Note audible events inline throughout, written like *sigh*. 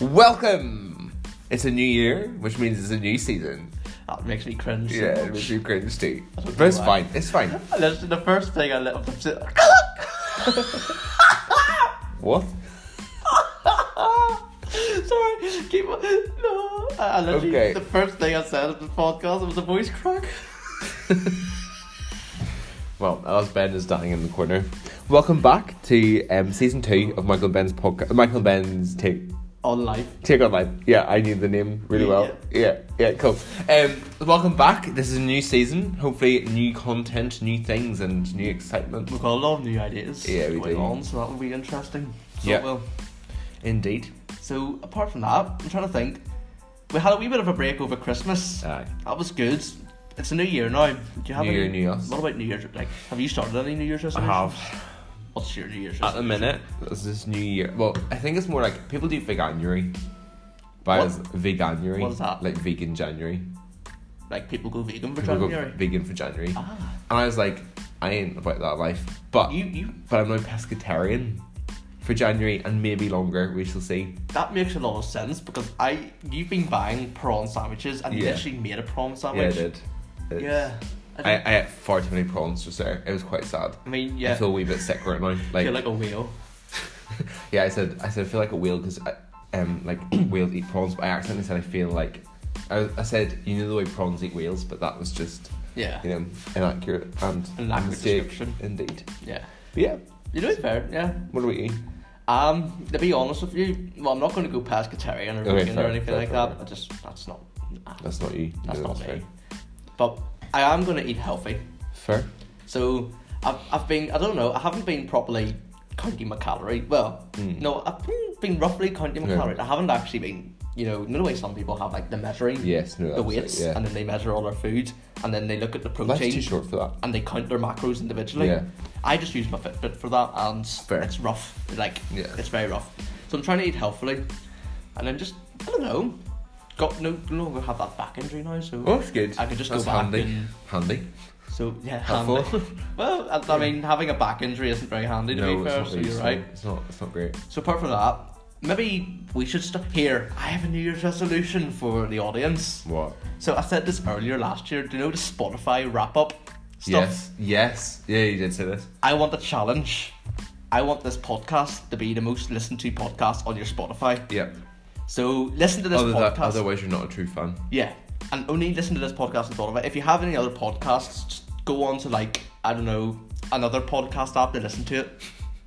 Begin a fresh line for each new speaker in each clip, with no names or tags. Welcome! It's a new year, which means it's a new season.
That makes me cringe. so
Yeah,
much.
which is great to see.
don't
But
know
it's
why.
fine, it's fine.
That's the first thing I let *laughs* up.
What?
Sorry, keep on. No, I, I literally,
Okay.
the first thing I said at the podcast was a voice crack.
Well, as Ben is dying in the corner. Welcome back to um, season two of Michael and Ben's podcast. Michael and Ben's take
On life.
take on life. Yeah, I knew the name really
Yeah,
well. Yeah, yeah, cool. Um, welcome back. This is a new season. Hopefully, new content, new things, and new excitement.
We've got a lot of new ideas
Yeah, we
going
do.
on, so that will be interesting. So
Yeah.
it will.
Indeed.
So apart from that, I'm trying to think. We had a wee bit of a break over Christmas.
Aye.
That was good. It's a new year now. Do you have
New
any,
year, new us.
What about New Year's? Like, have you started any New Year's
I
resolutions?
have. Uh,
What's your New Year's?
At the
resolution?
minute, it's this new year. Well, I think it's more like people do veganuary. But
What?
it's veganuary.
What is that?
Like vegan January.
like people go vegan for
People go
January.
vegan for January. And
Ah,
I was like, I ain't about that life. But
you you
but I'm now pescatarian for January and maybe longer. We shall see.
that makes a lot of sense because I you've been buying prawn sandwiches and you
Yeah.
actually made a prawn
yeah, I
sandwich.
did. It's-
Yeah. I,
I,
did.
I ate far too many prawns just there. It was quite sad.
I mean, yeah.
I feel a wee bit sick right now. Like,
You're like a whale.
*laughs* yeah, I said I said I feel like a whale because um like *clears throat* whales eat prawns, but I accidentally said I feel like I, I said you know the way prawns eat whales, but that was just
Yeah.
you know inaccurate and
An inaccurate
mistake,
description.
indeed.
Yeah.
But yeah,
You know it's fair. Yeah.
what about you?
Um, to be honest with you, well, I'm not going to go pescatarian or
Okay,
vegan
fair,
or anything
fair,
like
fair,
that.
fair.
I just that's not that's,
That's not you. No,
not me.
fair.
But I am going to eat healthy.
Fair.
So I've I've been I don't know I haven't been properly counting my calorie. Well,
Mm.
no, I've been, been roughly counting my
Yeah.
calories. I haven't actually been you know you know the way some people have like the measuring
Yes. No.
Hmm. the
that's it,
weights
yeah.
and then they measure all their food and then they look at the
Life's too
protein
short for that.
and they count their macros individually.
Yeah.
I just use my Fitbit for that, and
Fair.
it's rough. Like
Yeah.
it's very rough. So I'm trying to eat healthily, and I'm just I don't know. Got no no longer have that back injury now, so
Oh, that's good.
I could just
That's
go back.
handy.
and- *laughs*
Handy.
so yeah,
Helpful.
handy. well, I, I mean, having a back injury isn't very handy to be fair. So
really-
you're right.
It's not. It's not great.
So apart from that, maybe we should stop here. I have a New Year's resolution for the audience.
What?
So I said this earlier last year. Do you know the Spotify wrap up stuff?
Yes. Yes. Yeah, you did say this.
I want a challenge. I want this podcast to be the most listened to podcast on your Spotify.
Yep.
So listen to this
Other
podcast.
that, otherwise, you're not Oh, a true fan.
Yeah, and only listen to this podcast on Spotify. If you have any other podcasts, just go on to like I don't know another podcast app to listen to it.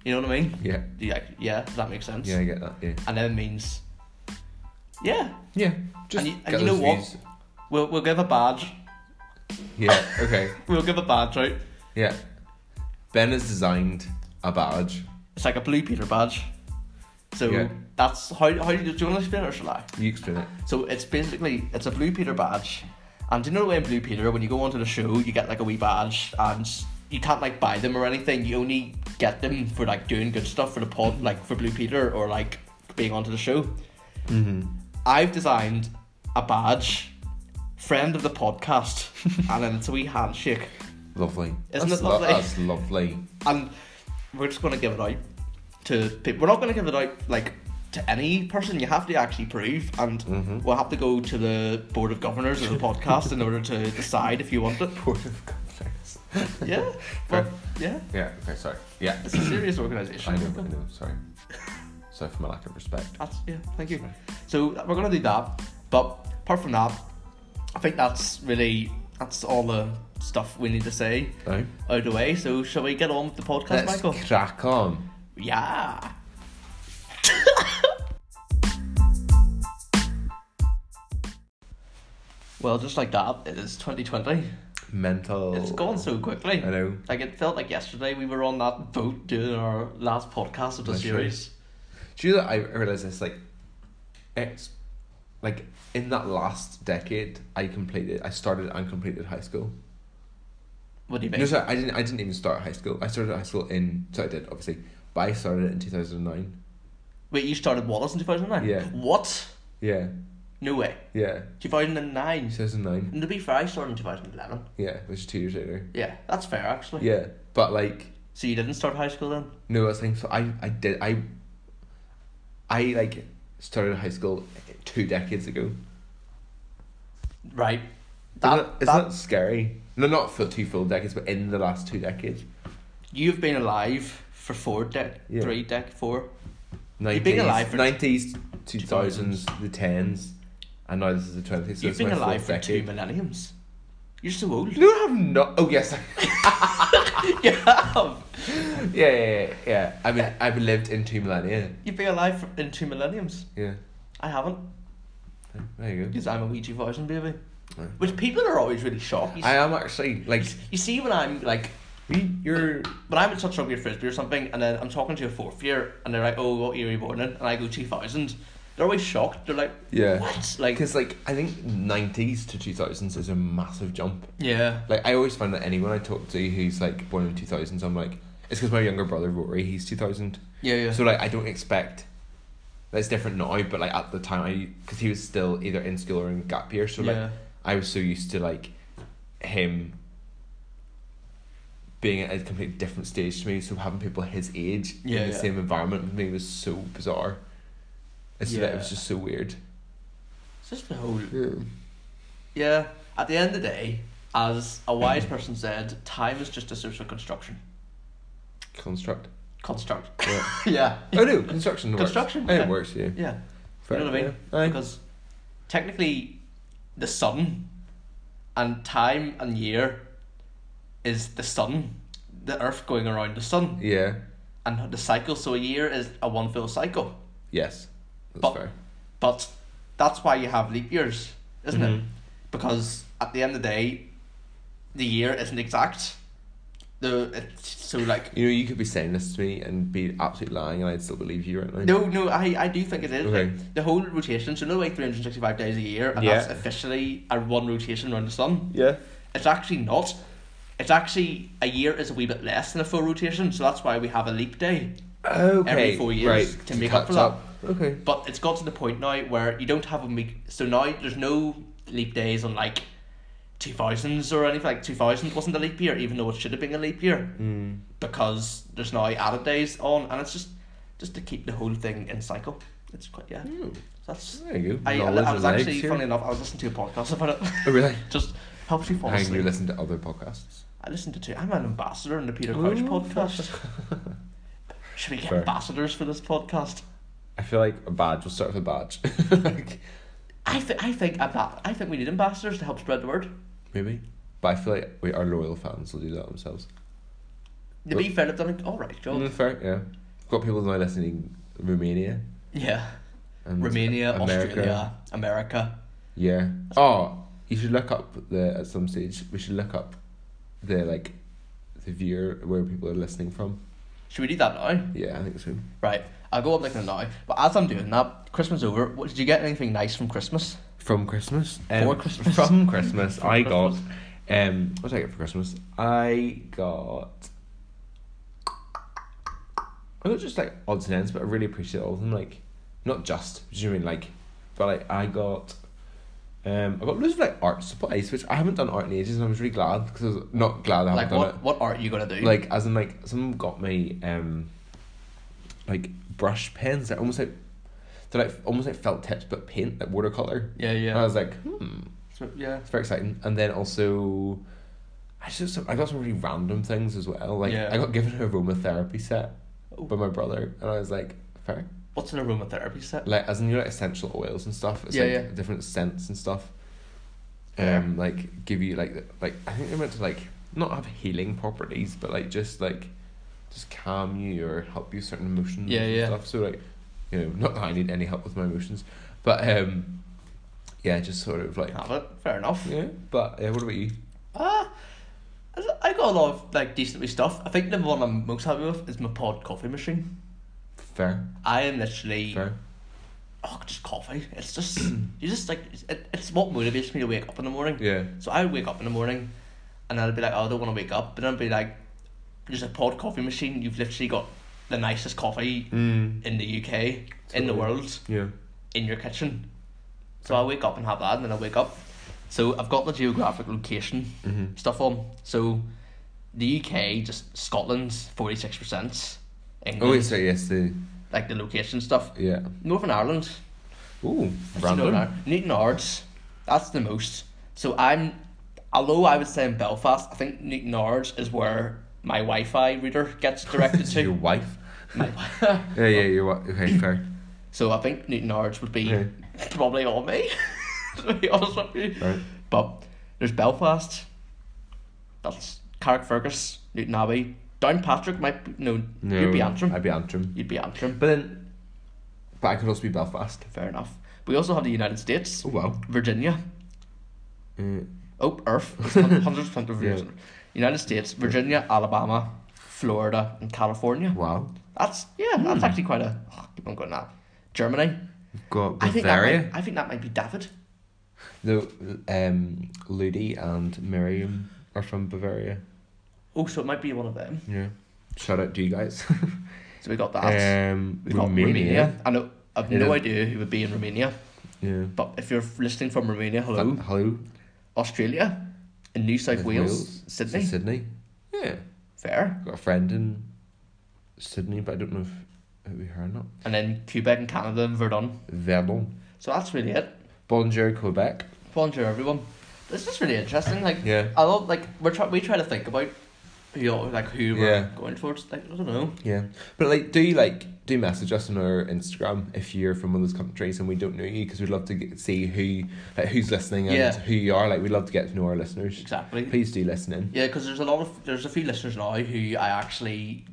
You know what I mean?
Yeah.
Yeah, yeah. Does that make sense?
Yeah, I get that. Yeah.
And then it means, yeah,
Yeah. Just
And you- and
get
you know
those
what?
views.
we'll we'll give a badge.
Yeah. Okay.
We'll give a badge out.
yeah. Ben has designed a badge.
It's like a blue Peter badge. So
Yeah.
that's how how do you do you want to explain it or shall I?
You explain it.
So it's basically it's a Blue Peter badge, and do you know the way in Blue Peter when you go onto the show you get like a wee badge and you can't like buy them or anything. You only get them for like doing good stuff for the pod, like for Blue Peter or like being onto the show.
Mm-hmm.
I've designed a badge, friend of the podcast, and then it's a wee handshake,
*laughs* Lovely.
Isn't
That's
it
lo-
lovely?
that's lovely.
and we're just gonna give it out to people. We're not gonna give it out like to any person. You have to actually prove and.
*laughs* Mm-hmm.
We'll have to go to the board of governors of the podcast in order to decide if you
*laughs*
want it.
Board of Governors.
Yeah, but yeah,
Yeah. Okay. Sorry. Yeah.
it's a serious
I know. I
organisation.
know. Sorry. Sorry for my lack of respect.
That's yeah. Thank you. So we're gonna do that, but apart from that, I think that's really that's all the stuff we need to say
No.
out of the way. So shall we get on with the podcast,
Let's
Michael?
crack on.
Yeah. *laughs* Well, just like that, it is 2020.
Mental.
It's gone so quickly.
Oh. I know.
Like it felt like yesterday we were on that boat doing our last podcast of the
That's
series.
Do you know that I realised this like it's like in that last decade I completed I started and completed high school.
What do you
No
mean?
sorry, I didn't I didn't even start high school. I started high school in so I did obviously. But I started it in two thousand nine.
Wait, you started Wallace in 2009?
Yeah.
What?
Yeah.
No way.
Yeah.
2009.
Two thousand nine.
And to be fair, I started in 2011.
Yeah, which is two years later.
Yeah, that's fair actually.
Yeah. But like
So you didn't start high school then?
no I was saying so I I did I I like started high school two decades ago.
Right.
Isn't,
That,
that, isn't
that-
that scary? No, not for two full decades, but in the last two decades.
you've been alive for four dec
Yeah.
three dec four.
90s,
You've been alive for-
90s, 2000s, the 10s, and now this is the 20s. So
you've
it's
been
my
alive
fourth
for two
decade.
millenniums. You're so old.
No, I have not. Oh, yes. *laughs* I-
you
*laughs*
have.
yeah, yeah, yeah, yeah. I mean, I've lived in two millennia.
*laughs* You've been alive for, in two millenniums.
Yeah.
I haven't,
There you go.
because I'm a Ouija version, baby.
Right.
Which people are always really shocked. You, s-
I am actually, like,
you see, when I'm like,
you're.
when I'm in such rugby frisbee or something, and then I'm talking to a fourth year, and they're like, "Oh, what year were you born in?" and I go 2000. They're always shocked. They're like,
Yeah.
"What?" Like,
Because, like, I think 90s to 2000s is a massive jump.
yeah,
Like, I always find that anyone I talk to who's, like, born in 2000s, I'm like, it's because my younger brother, Rory, he's 2000.
yeah, yeah.
So like I don't expect that's different now, but like at the time I because he was still either in school or in gap year, so like
Yeah.
I was so used to like him being at a completely different stage to me, so having people his age
Yeah,
in the
yeah.
same environment with me was so bizarre. It's yeah. it was
Yeah.
just so weird.
it's just the whole Yeah, at the end of the day, as a
*clears throat*
wise person said, time is just a social construction.
Construct.
Construct.
Yeah.
*laughs* yeah.
oh no, construction works.
Construction,
Yeah,
yeah.
it works. Yeah.
Yeah.
Fair,
you know what I mean?
yeah. Aye.
Because technically, the sun and time and year is the sun, the earth going around the sun,
Yeah.
and the cycle. So a year is a one full cycle.
Yes. That's
But-
fair.
But that's why you have leap years, isn't it?
Mhm.
Because at the end of the day, the year isn't exact. The it's so like
You know, you could be saying this to me and be absolutely lying, and I'd still believe you right now.
no no I, I do think it is
Okay.
like the whole rotation. So no way three hundred sixty five days a year, and
Yeah.
that's officially a one rotation around the sun.
Yeah.
It's actually not. It's actually a year is a wee bit less than a full rotation, so that's why we have a leap day.
Okay.
Every four years
right.
to make up
catch
for that.
Okay.
But it's got to the point now where you don't have a week. So now there's no leap days on like 2000s or anything. Like 2000 wasn't a leap year, even though it should have been a leap year
Mm.
because there's now added days on, and it's just just to keep the whole thing in cycle. It's quite yeah.
Hmm.
That's
There you go.
I, I,
Knowledge
was
and
actually
legs here.
funny enough. I was listening to a podcast about it. *laughs*
Oh, really?
just helps you fall
Hang, you
asleep.
listen to other podcasts.
I listened to two. I'm an ambassador in the Peter Crouch
Ooh. *laughs*
podcast. Should we get
Fair.
ambassadors for this podcast?
I feel like a badge. We'll start with a badge. *laughs* like,
I, th- I think amba- I think we need ambassadors to help spread the word.
maybe. But I feel like we our loyal fans will do that themselves.
To be fair, they've done an alright job.
Mm, fair. Yeah. Got people now listening in Romania.
Yeah.
And
Romania,
America.
Australia, America.
Yeah. Oh, you should look up the at some stage. We should look up the like the viewer where people are listening from.
Should we do that now?
Yeah, I think so.
Right. I'll go up like that now. But as I'm doing that, Christmas over. What, did you get anything nice from Christmas?
From Christmas. Um,
For Christmas.
From Christmas.
From
I got.
Christmas.
Um, what did I get for Christmas? I got. I got just like odds and ends, but I really appreciate all of them. Like, not just. Do you know what I mean like? But like, I got. Um, I got loads of like art supplies, which I haven't done art in ages, and I was really glad because I was not glad I haven't
like
done
what?
it.
What art are you gonna do?
Like, as in like, someone got me um, like brush pens. They're almost like they're like almost like felt tips, but paint like watercolor.
yeah,
And I
yeah,
was like, hmm,
So, yeah,
it's very exciting. And then also, I just I got some really random things as well. Like
Yeah.
I got given an aromatherapy set
Oh.
by my brother, and I was like, fair.
What's an aromatherapy set?
Like as in you know, like essential oils and stuff. It's
Yeah,
like
yeah.
different scents and stuff.
Yeah.
Um, like give you like the- like I think they're meant to like not have healing properties, but like just like just calm you or help you with certain emotions
Yeah,
and
yeah.
stuff. So like you know, not that I need any help with my emotions, but um, yeah, just sort of like
Have it. Fair enough.
yeah. But yeah, what about you?
Ah, I got a lot of like decent wee stuff. I think the one I'm most happy with is my pod coffee machine.
Fair,
I am literally
fair.
oh, just coffee. It's just *clears throat* you just like it's- it, it's what motivates me to wake up in the morning.
Yeah.
So I would wake up in the morning, and I'd be like, oh, I don't want to wake up, but then I'd be like, there's a pod coffee machine. You've literally got the nicest coffee
Mm.
in the UK, in the
Totally.
world,
Yeah.
in your kitchen. So I wake up and have that, and then I wake up. So I've got the geographic location
Mm-hmm.
stuff on. So the UK, just Scotland, forty six percent. England,
Oh, wait, sorry, yes, the
like the location stuff.
yeah.
Northern Ireland,
Ooh,
Random.
random.
Newton Ards, that's the most. So I'm, although I would say in Belfast, I think Newton Ards is where my Wi-Fi reader
*laughs*
gets directed
Your
to.
wife.
My wi-
Yeah, yeah, your wife. *clears throat* Okay, fair.
so I think Newton Ards would be
Okay.
probably all me. *laughs* to be honest with you.
Right.
But there's Belfast. That's Carrickfergus, Newton Abbey, Downpatrick might be, no,
No,
you'd be Antrim.
I'd be Antrim.
You'd be Antrim.
But then, but I could also be Belfast.
Fair enough. We also have the United States,
Oh wow.
Virginia,
Uh,
Oh, Earth. It's hun-
*laughs*
100% of reason. United States, Virginia, Alabama, Florida, and California.
wow.
That's, yeah, that's
Hmm.
actually quite a. Oh, keep on going now. Germany.
Got
I think, that might,
Bavaria.
I think that might be David.
No, um, Ludi and Miriam are from Bavaria.
Oh, so it might be one of them.
Yeah. Shout out to you guys.
So we got that.
um,
we got Romania. I know. I've no
Yeah.
idea who would be in Romania,
Yeah.
but if you're listening from Romania, hello.
Uh, hello.
Australia, in New South
South
Wales,
Wales,
Sydney.
It's in Sydney. Yeah.
Fair.
Got a friend in Sydney, but I don't know if it'll be her or not.
And then Quebec and Canada and Verdun.
Verdun.
So that's really it.
Bonjour, Quebec.
Bonjour, everyone. This is really interesting. Like,
Yeah.
I love like we're try- we try to think about you know like who we're
Yeah.
going towards. Like I don't know.
Yeah. But like, do you like, do message us on our Instagram if you're from one of those countries and we don't know you because we'd love to get, see who, like, who's listening and
Yeah.
who you are. Like, we'd love to get to know our listeners.
Exactly.
Please do listen in.
Yeah, because there's a lot of there's a few listeners now who I actually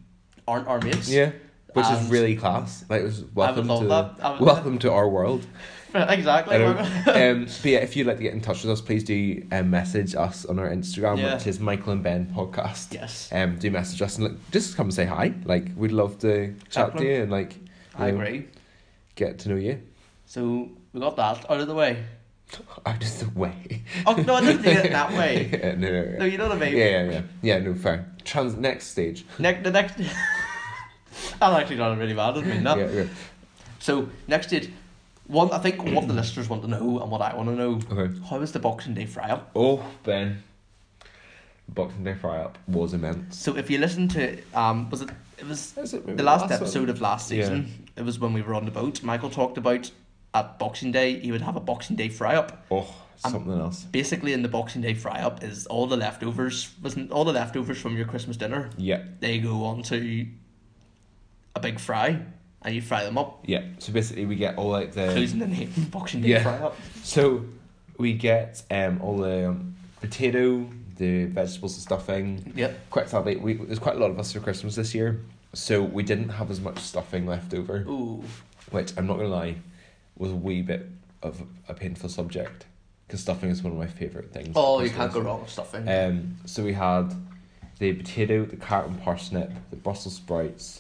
aren't our mates.
Yeah. Which is
And-
really class. Like, it was welcome
love
to
that. I
*laughs*
would-
welcome to our world.
*laughs* exactly.
I don't- um, but yeah, if you'd like to get in touch with us, please do um, message us on our Instagram,
Yeah.
which is Michael and Ben Podcast.
*laughs* yes,
Um, do message us and like, just come say hi. Like, we'd love to chat to
Exactly.
you and like, you
I
know,
agree.
get to know you. *laughs*
So we got that out of the way.
Out of the way.
Oh no, I didn't mean it that way.
*laughs* yeah, no, no,
No,
no.
you know what I
Yeah, yeah,
mean.
yeah. Yeah, no, fair. Trans next stage.
Next, the next. *laughs* I'm actually not really bad. I didn't mean that.
Yeah, yeah.
So next did one. I think what the listeners want to know and what I want to know.
Okay.
How was the Boxing Day fry up?
Oh, Ben. Boxing Day fry up was immense.
So if you listen to um, was it it was
Is it
the last episode of last
Yeah.
season? It was when we were on the boat. Michael talked about at Boxing Day he would have a Boxing Day fry up.
Oh,
Um,
something else.
Basically, in the Boxing Day fry up is all the leftovers wasn't all the leftovers from your Christmas dinner.
Yeah,
They go on to a big fry and you fry them up,
yeah. So basically, we get all like the
including the name *laughs* Boxing
Um,
Day
Yeah.
fry up.
So we get um, all the um, potato, the vegetables and stuffing.
Yep.
Quite sadly, we, there's quite a lot of us for Christmas this year, so we didn't have as much stuffing left over,
Ooh.
which I'm not gonna lie, was a wee bit of a painful subject because stuffing is one of my favorite things.
Oh,
for
you can't go
Christmas.
wrong with eh? stuffing.
Um, so we had the potato, the carrot and parsnip, the Brussels sprouts.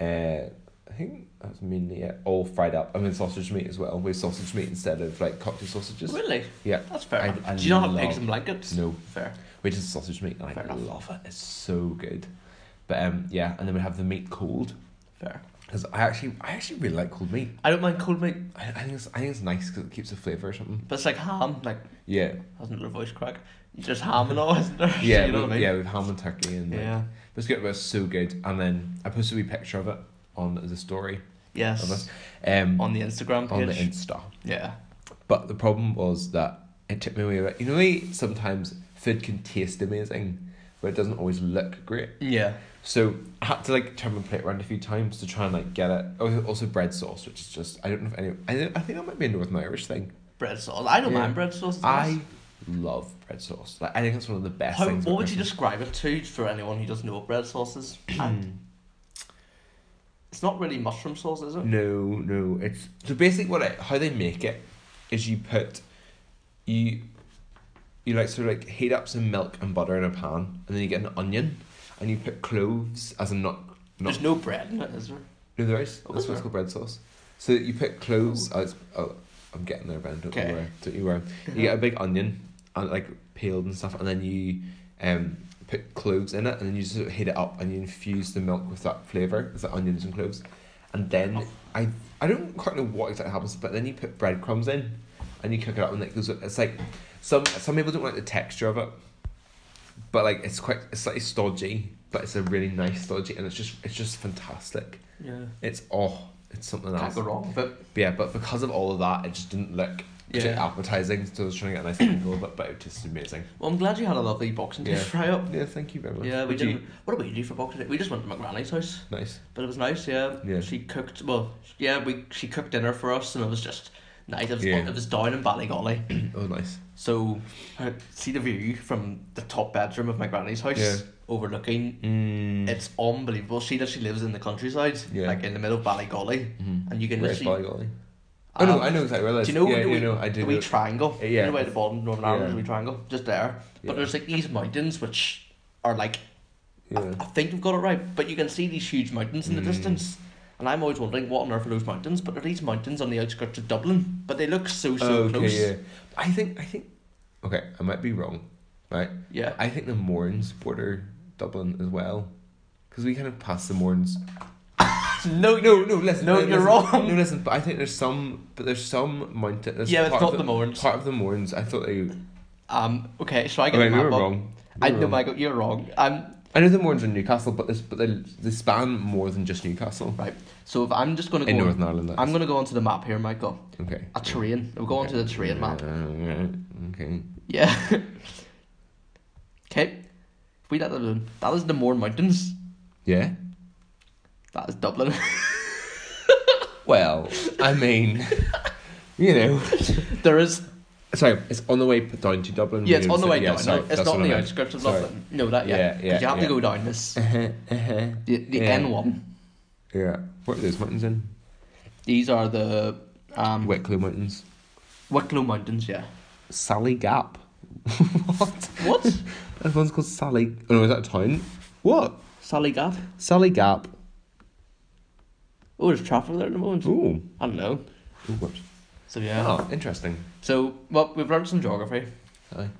Uh, I think that was mainly it. All fried up. I mean, sausage meat as well. We had sausage meat instead of like cocktail sausages.
really?
Yeah,
That's fair.
I-
enough.
I
Do you not have
love-
eggs and blankets?
no,
Fair.
which is sausage meat, and
Fair
I
enough.
love it. It's so good. But um, yeah, and then we have the meat cold
Fair.
because I actually, I actually really like cold meat.
I don't mind cold meat,
I, I think it's, I think it's nice because it keeps the flavor or something.
but it's like ham. Like,
Yeah,
has not there a voice crack? You just ham and all, *laughs* isn't there?
yeah,
you know
we-
what I mean?
yeah. With ham and turkey and like,
Yeah.
It's good, but it's so good. And then I posted a wee picture of it on the story
Yes.
of us um, on,
On the Instagram page.
the Insta.
yeah.
But the problem was that it took me away. with- You know, we- sometimes food can taste amazing, but it doesn't always look great.
Yeah.
So I had to like turn my plate around a few times to try and like get it. Oh, also bread sauce, which is just I don't know if any. I think I think that might be a Northern Irish thing.
Bread sauce. I don't
Yeah.
mind bread sauce. it's
I
nice.
love bread sauce. Like I think it's one of the best
How,
things.
what
about
would you
Christmas.
describe it to for anyone who doesn't know what bread
*clears throat*
sauce is? And it's not really mushroom sauce, is it?
No, no. It's so basically what I, how they make it is you put you you like sort of like heat up some milk and butter in a pan, and then you get an onion, and you put cloves as in not not
There's no bread in it,
*laughs*
is there?
no there is
Oh,
that's
is
what's
there?
called bread sauce. So you put cloves. Oh, it's, oh I'm getting there, Ben. Don't
Okay.
you worry. Don't you worry. You get a big onion and like peeled and stuff, and then you um put cloves in it, and then you just sort of heat it up, and you infuse the milk with that flavor, with the onions and cloves, and then I I don't quite know what exactly happens, but then you put breadcrumbs in, and you cook it up, and it goes. It's like some some people don't like the texture of it, but like it's quite it's slightly stodgy, but it's a really nice stodgy, and it's just it's just fantastic.
Yeah.
It's oh it's something
Can't
else.
go wrong with it.
But yeah, but because of all of that, it just didn't look particularly
Yeah.
appetizing. So I was trying to get a nice angle, but but it tasted amazing.
Well, I'm glad you had a lovely boxing day
Yeah.
fry up.
Yeah, thank you very much.
Yeah, we
Would you-
did. What did we do for boxing day? We just went to my granny's house,
Nice. *clears throat*
but it was nice. Yeah.
Yeah.
She cooked. Well, yeah, we she cooked dinner for us, and it was just nice. It was
Yeah.
it was down in Ballygolly.
Oh, nice.
So, I see the view from the top bedroom of my granny's house,
Yeah.
overlooking.
Mm.
It's unbelievable. She literally lives in the countryside,
Yeah.
like in the middle of Ballygolly, and you can
Where's
literally.
Ballygolly? Oh no, I know exactly where that is.
Do you know?
Yeah,
the
yeah,
wee-
no, I do.
The wee
know-
triangle.
Uh,
You
yeah.
know where the bottom of Northern Ireland is
Yeah.
a wee triangle, just there.
Yeah.
But there's like these mountains which are like
yeah.
I think they've got it right, but you can see these huge mountains in the
Mm.
distance. And I'm always wondering what on earth are those mountains? But they're these mountains on the outskirts of Dublin, but they look so so
okay,
close.
yeah. I think I think okay, I might be wrong, right?
yeah.
I think the Mourns border Dublin as well, because we kind of pass the Mourns.
No,
No, no, listen.
No,
listen,
you're wrong.
No, listen. But I think there's some, but there's some mountain. There's
Yeah, it's
part
not
of
the Mourns.
Part of the Mourns. I thought they.
Um. Okay, so I get
Okay,
the
we
map
were
up.
wrong. We
I
were
know,
wrong.
Michael, you're wrong. Um.
I know the Mourns are Newcastle, but this, but they, they span more than just Newcastle
Right. So if I'm just gonna go.
in
on-
Northern Ireland. that
I'm
is.
gonna go onto the map here, Michael.
okay. Uh,
A terrain. We'll go onto the terrain map.
Okay.
Yeah. *laughs* okay. If we let that alone, that is the Mourne Mountains.
Yeah.
That is Dublin. *laughs*
Well, I
*laughs*
mean, you know.
there is.
Sorry, it's on the way p- down to Dublin.
Yeah, it's
we
on the way
said- yeah,
down.
sorry,
it's
that's
not on
what
the
I
outskirts of
Sorry.
Dublin. No, that
Yeah,
yeah. 'cause
yeah,
you have
yeah.
to go down *laughs* this.
meant. Uh-huh, uh-huh.
The, the
Yeah.
N1.
Yeah. What are those mountains in?
These are the um,
Wicklow Mountains.
Wicklow Mountains, *laughs* yeah.
Sally Gap. *laughs* what?
What?
That one's called Sally. Oh no, is that a town? What?
Sally Gap.
Sally Gap.
Oh, there's traffic there at the moment.
Ooh.
I don't know.
Ooh, whoops.
So, yeah.
Oh, interesting.
So, well, we've learned some geography.
Aye. I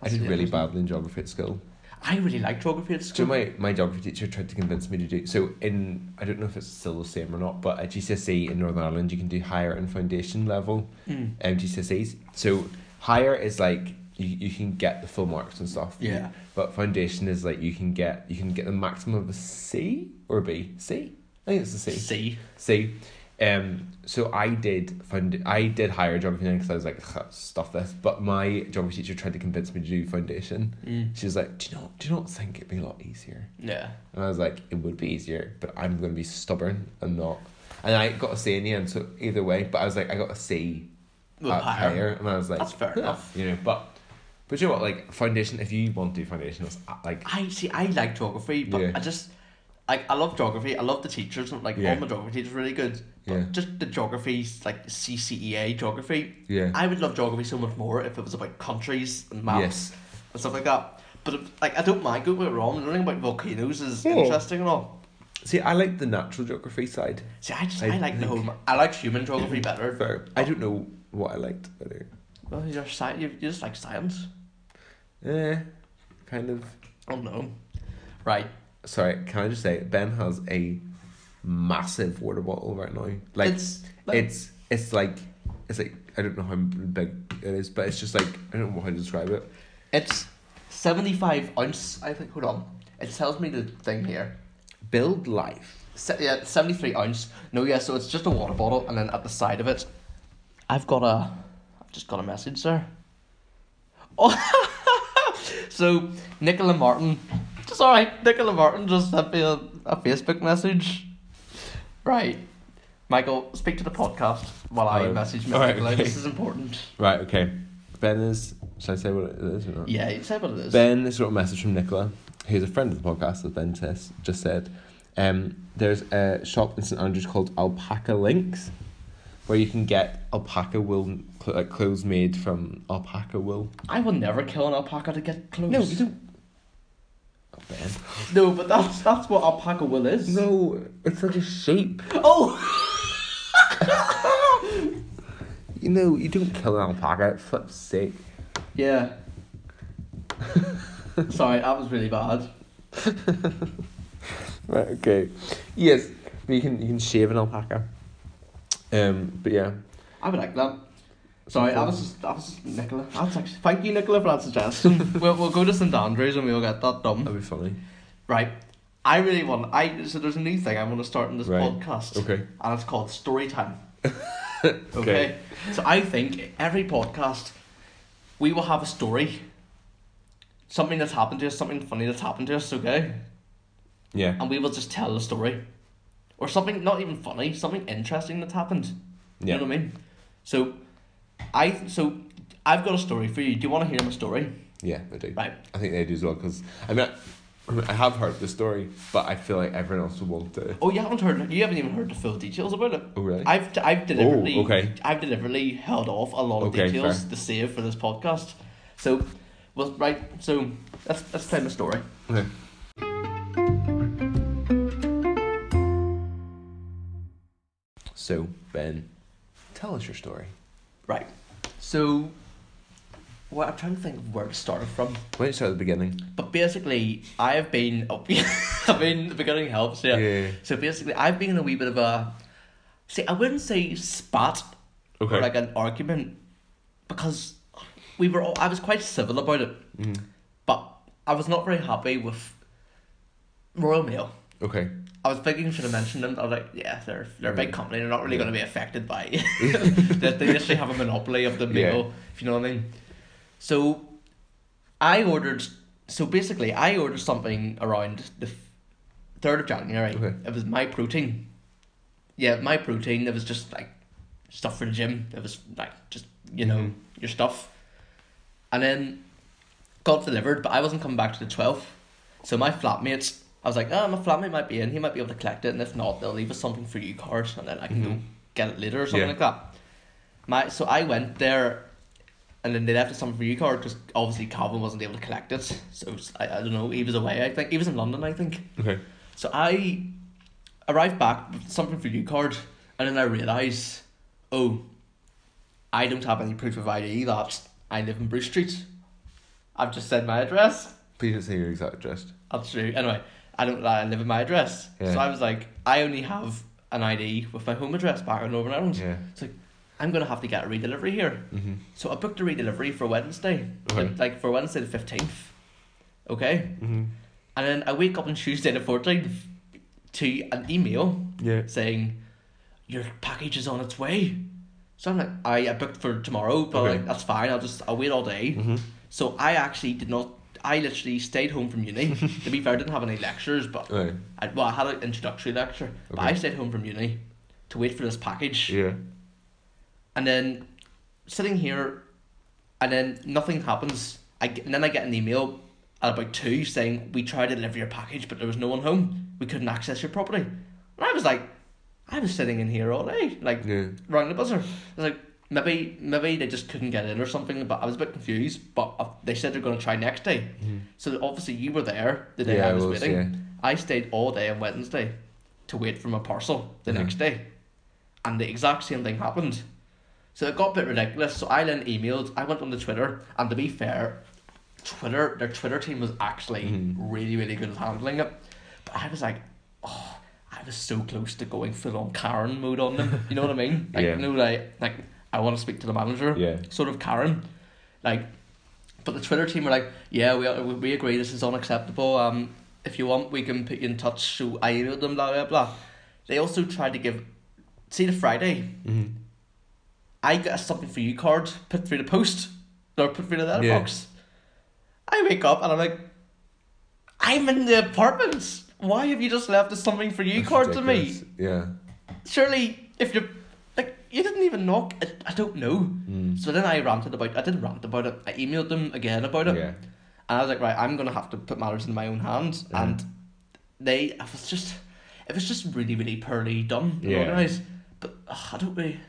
That's
did
it.
really badly in geography at school.
I really like geography at
So
school.
my, my geography teacher tried to convince me to do so in I don't know if it's still the same or not, but at GCSE E in Northern Ireland you can do higher and foundation level
Mm.
um, GCSEs. So higher is like you, you can get the full marks and stuff.
Yeah.
But foundation is like you can get you can get the maximum of a C or a B. C? I think it's a C.
C.
C. Um so I did found I did higher geography because I was like "Ugh, stuff this but my geography teacher tried to convince me to do foundation.
Mm.
She was like, Do you not do you not think it'd be a lot easier?
Yeah.
And I was like, it would be easier, but I'm going to be stubborn and not. And I got a C in the end, so either way. But I was like, I got a C
Well,
at higher. and I was like,
That's fair
"Yeah,"
enough.
you know. But but you know what, like foundation. If you want to do foundation, it's uh, like
I see. I like geography, but
Yeah.
I just like I love geography. I love the teachers. and, Like
Yeah.
all my geography teachers are really good. But
Yeah.
just the geography's like CCEA geography.
yeah,
I would love geography so much more if it was about countries and maps
yes,
and stuff like that. But if- like I don't mind going where wrong. Learning about volcanoes is
Yeah.
interesting and all.
see, I like the natural geography side.
See, I just
I
I, like the
think-
whole. ma- I like human geography better.
Fair. I don't know what I liked better.
Well, you're sci- you you just like science.
Eh, kind of.
Oh no. Right.
Sorry, can I just say Ben has a massive water bottle right now. Like
it's like,
it's it's like it's like I don't know how big it is, but it's just like I don't know how to describe it.
It's 75 ounce, I think. Hold on. It tells me the thing here.
Build life.
Se- yeah, 73 ounce. No, yeah, so it's just a water bottle, and then at the side of it, I've got a. I've just got a message there. Oh! *laughs* so, Nicola Martin. Sorry, Nicola Martin just sent me a, a Facebook message. Right. Michael, speak to the podcast while I
Oh,
message
all right,
Nicola.
okay.
This is important.
Right. Okay. Ben is. Should I say what it is or not?
Yeah, you said what it is.
Ben, this got a message from Nicola, who's a friend of the podcast, as Ben says, just said. Um, there's a shop in St Andrews called Alpaca Links, where you can get alpaca wool, cl- like clothes made from alpaca wool.
I will never kill an alpaca to get close.
No, you don't. Oh, ben.
No, but that's that's what alpaca wool is.
No, it's like a shape.
Oh.
You know, you don't kill an alpaca. For flip's sake.
yeah. *laughs* Sorry, that was really bad.
Right, okay. Yes, but you can you can shave an alpaca. Um, but yeah.
I would like that. Sorry, I was just, I was just Nicola. That's actually thank *laughs* you, Nicola, for that suggestion. we'll we'll go to St Andrews and we'll get that done.
That'd be funny.
Right. I really want. I so there's a new thing I want to start in this
Right.
podcast.
Okay.
And it's called story *laughs* time. okay. So I think every podcast, we will have a story. Something that's happened to us, something funny that's happened to us. Okay.
Yeah.
And we will just tell a story, or something not even funny, something interesting that's happened. You
Yeah.
know what I mean? So, I so I've got a story for you. Do you want to hear my story?
Yeah, I do.
Right.
I think they do as well because I mean, I, I have heard the story, but I feel like everyone else would want to.
Oh, you haven't heard. You haven't even heard the full details about it.
Oh really?
I've I've deliberately
okay.
I've deliberately held off a lot of
Okay,
details
fair.
to save for this podcast. So, well, right. So let's let's tell the story.
Okay. So Ben, tell us your story.
Right. So, well, I'm trying to think of where to start it from.
Why don't you start at the beginning?
But basically, I have been. *laughs* Oh, I mean, the beginning helps. Yeah.
Yeah.
So basically, I've been in a wee bit of a. See, I wouldn't say spat
Okay.
or like an argument, because we were all. I was quite civil about it.
Mm.
but I was not very happy with Royal Mail.
Okay.
I was thinking should I mention them? I was like, yeah, they're they're a big company. They're not really
Yeah.
going to be
*laughs*
affected by. *laughs* they they literally have a monopoly of the
Yeah.
mail. If you know what I mean. So, I ordered. So basically, I ordered something around the third of January.
Okay.
It was my protein. Yeah, my protein. It was just like stuff for the gym. It was like just you know
Mhm.
your stuff, and then got delivered. But I wasn't coming back to the twelfth, so my flatmates. I was like, oh, my flatmate might be in. He might be able to collect it, and if not, they'll leave us something for you, cars, and then I can go
Mhm.
get it later or something
Yeah.
like that. My so I went there, and then they left us something for you, card because obviously Calvin wasn't able to collect it. So it was- I, I don't know. He was away. I think he was in London. I think.
Okay.
So I arrived back with something for you card, and then I realised, oh, I don't have any proof of ID that I live in Bruce Street. I've just said my address.
Please don't say your exact address.
That's true. Anyway, I don't lie, I live in my address.
Yeah.
So I was like, I only have an ID with my home address back in Northern Ireland.
Yeah.
It's like, I'm going to have to get a redelivery here.
Mm-hmm.
So I booked a redelivery for Wednesday,
Okay.
like for Wednesday the 15th. Okay.
Mm-hmm.
And then I wake up on Tuesday the 14th to an email
Yeah.
saying, Your package is on its way. So I'm like, I, I booked for tomorrow, but
Okay.
like that's fine, I'll just I'll wait all day.
Mhm.
So I actually did not I literally stayed home from uni.
*laughs*
to be fair, I didn't have any lectures, but
Okay.
I, well, I had an introductory lecture. But
Okay.
I stayed home from uni to wait for this package.
Yeah.
And then sitting here and then nothing happens. I get, and then I get an email at about two saying, We tried to deliver your package, but there was no one home. We couldn't access your property. And I was like, I was sitting in here all day, like
Yeah.
rang the buzzer. I was like, maybe maybe they just couldn't get in or something, but I was a bit confused. But uh, they said they're going to try next day. So obviously you were there the day
Mm-hmm. yeah,
I was,
it was,
waiting.
yeah.
I stayed all day on Wednesday to wait for my parcel the
Mhm.
next day. And the exact same thing happened. So it got a bit ridiculous. So I then emailed, I went on the Twitter, and to be fair, Twitter, their Twitter team was actually
Mhm.
really, really good at handling it. But I was like, oh, I was so close to going full on Karen mode on them. You know what I mean? Like,
Yeah.
you know, like, like I want to speak to the manager
Yeah.
sort of Karen, like, but the Twitter team were like, yeah, we we- we agree this is unacceptable. Um, if you want, we can put you in touch. So I emailed them, blah blah blah. They also tried to give, see the Friday,
Mm-hmm.
I got a something for you card put through the post, or put through the letterbox. I wake up and I'm like, I'm in the apartments. Why have you just left a something for you card to me?
Yeah.
Surely, if you're like, you didn't even knock. I, I don't know.
Mm.
So then I ranted about I didn't rant about it. I emailed them again about it.
Yeah.
And I was like, right, I'm gonna have to put matters in my own hands
Yeah.
and they I was just it was just really, really poorly done and
Yeah.
organised. But ugh, I don't really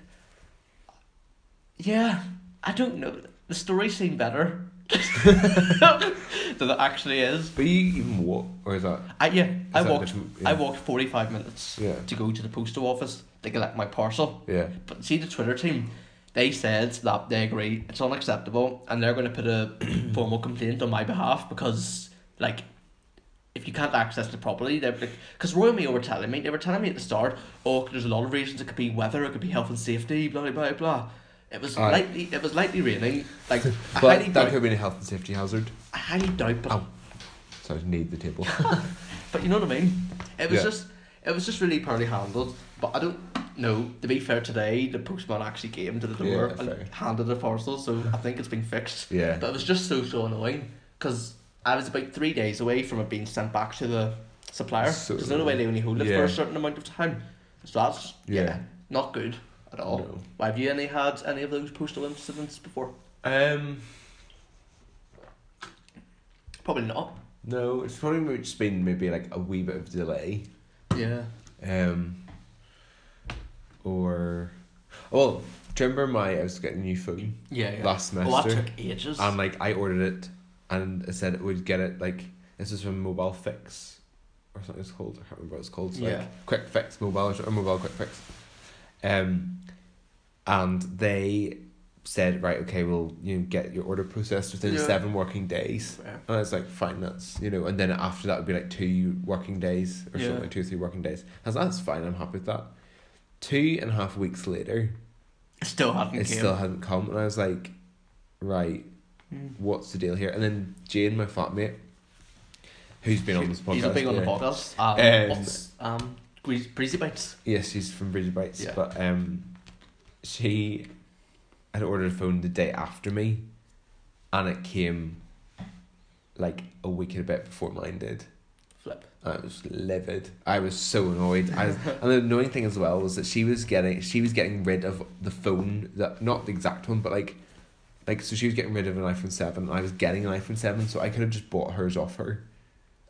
Yeah, I don't know. The story seemed better
*laughs*
than it actually is.
But you even walk, or is that?
I yeah, I
that
walked
different? Yeah.
I walked forty five minutes
Yeah.
to go to the postal office to collect my parcel.
Yeah.
But see the Twitter team, they said that they agree it's unacceptable and they're going to
*clears throat*
put a formal complaint on my behalf because like if you can't access it properly, they're because Royal Mail were telling me they were telling me at the start, oh, there's a lot of reasons. It could be weather, it could be health and safety, blah blah blah. blah. It was
Aye.
lightly, it was lightly raining.
*laughs*
Like I highly
But that
doubt,
could be a health and safety hazard.
I highly doubt, but *laughs*
Oh. So I need the table.
But you know what I mean? It was
Yeah.
just it was just really poorly handled. But I don't know, to be fair today, the postman actually came to the door
Yeah,
and
fair.
handed the parcel, so I think it's been fixed.
Yeah.
But it was just so so annoying because I was about three days away from it being sent back to the supplier.
So
Because no way they only hold it for
Yeah.
a certain amount of time. So that's yeah,
Yeah.
not good at all.
No.
Why have you any had any of those postal incidents before?
Um,
Probably not.
no, it's probably just been maybe like a wee bit of delay.
Yeah.
Um, or, well, do you remember my I was getting a new phone
Yeah. yeah.
last semester,
Oh, that took ages.
and like I ordered it, and it said it would get it like this is from Mobile Fix, or something it's called. I can't remember what it's called. It's
Yeah.
like Quick Fix Mobile or something, Mobile Quick Fix. Um, and they said right, okay, we'll you know, get your order processed within
Yeah.
seven working days.
Yeah.
And I was like, fine, that's, you know, and then after that would be like two working days or
Yeah.
something, like two or three working days. I was like, that's fine, I'm happy with that. Two and a half weeks later,
Still hadn't
it
came.
still hadn't come. And I was like, right,
Mm.
what's the deal here? And then Jane, my flatmate, who's been on this podcast.
He's a big on the
yeah.
podcast.
Um,
Um, what's, um, Greasy, Breezy Bites.
Yes, she's from Bridget Bites.
Yeah.
But um, she had ordered a phone the day after me, and it came like a week and a bit before mine did.
Flip.
I was livid. I was so annoyed. I was,
*laughs*
and the annoying thing as well was that she was getting she was getting rid of the phone that not the exact one, but like like so she was getting rid of an iPhone seven and I was getting an iPhone seven, so I could have just bought hers off her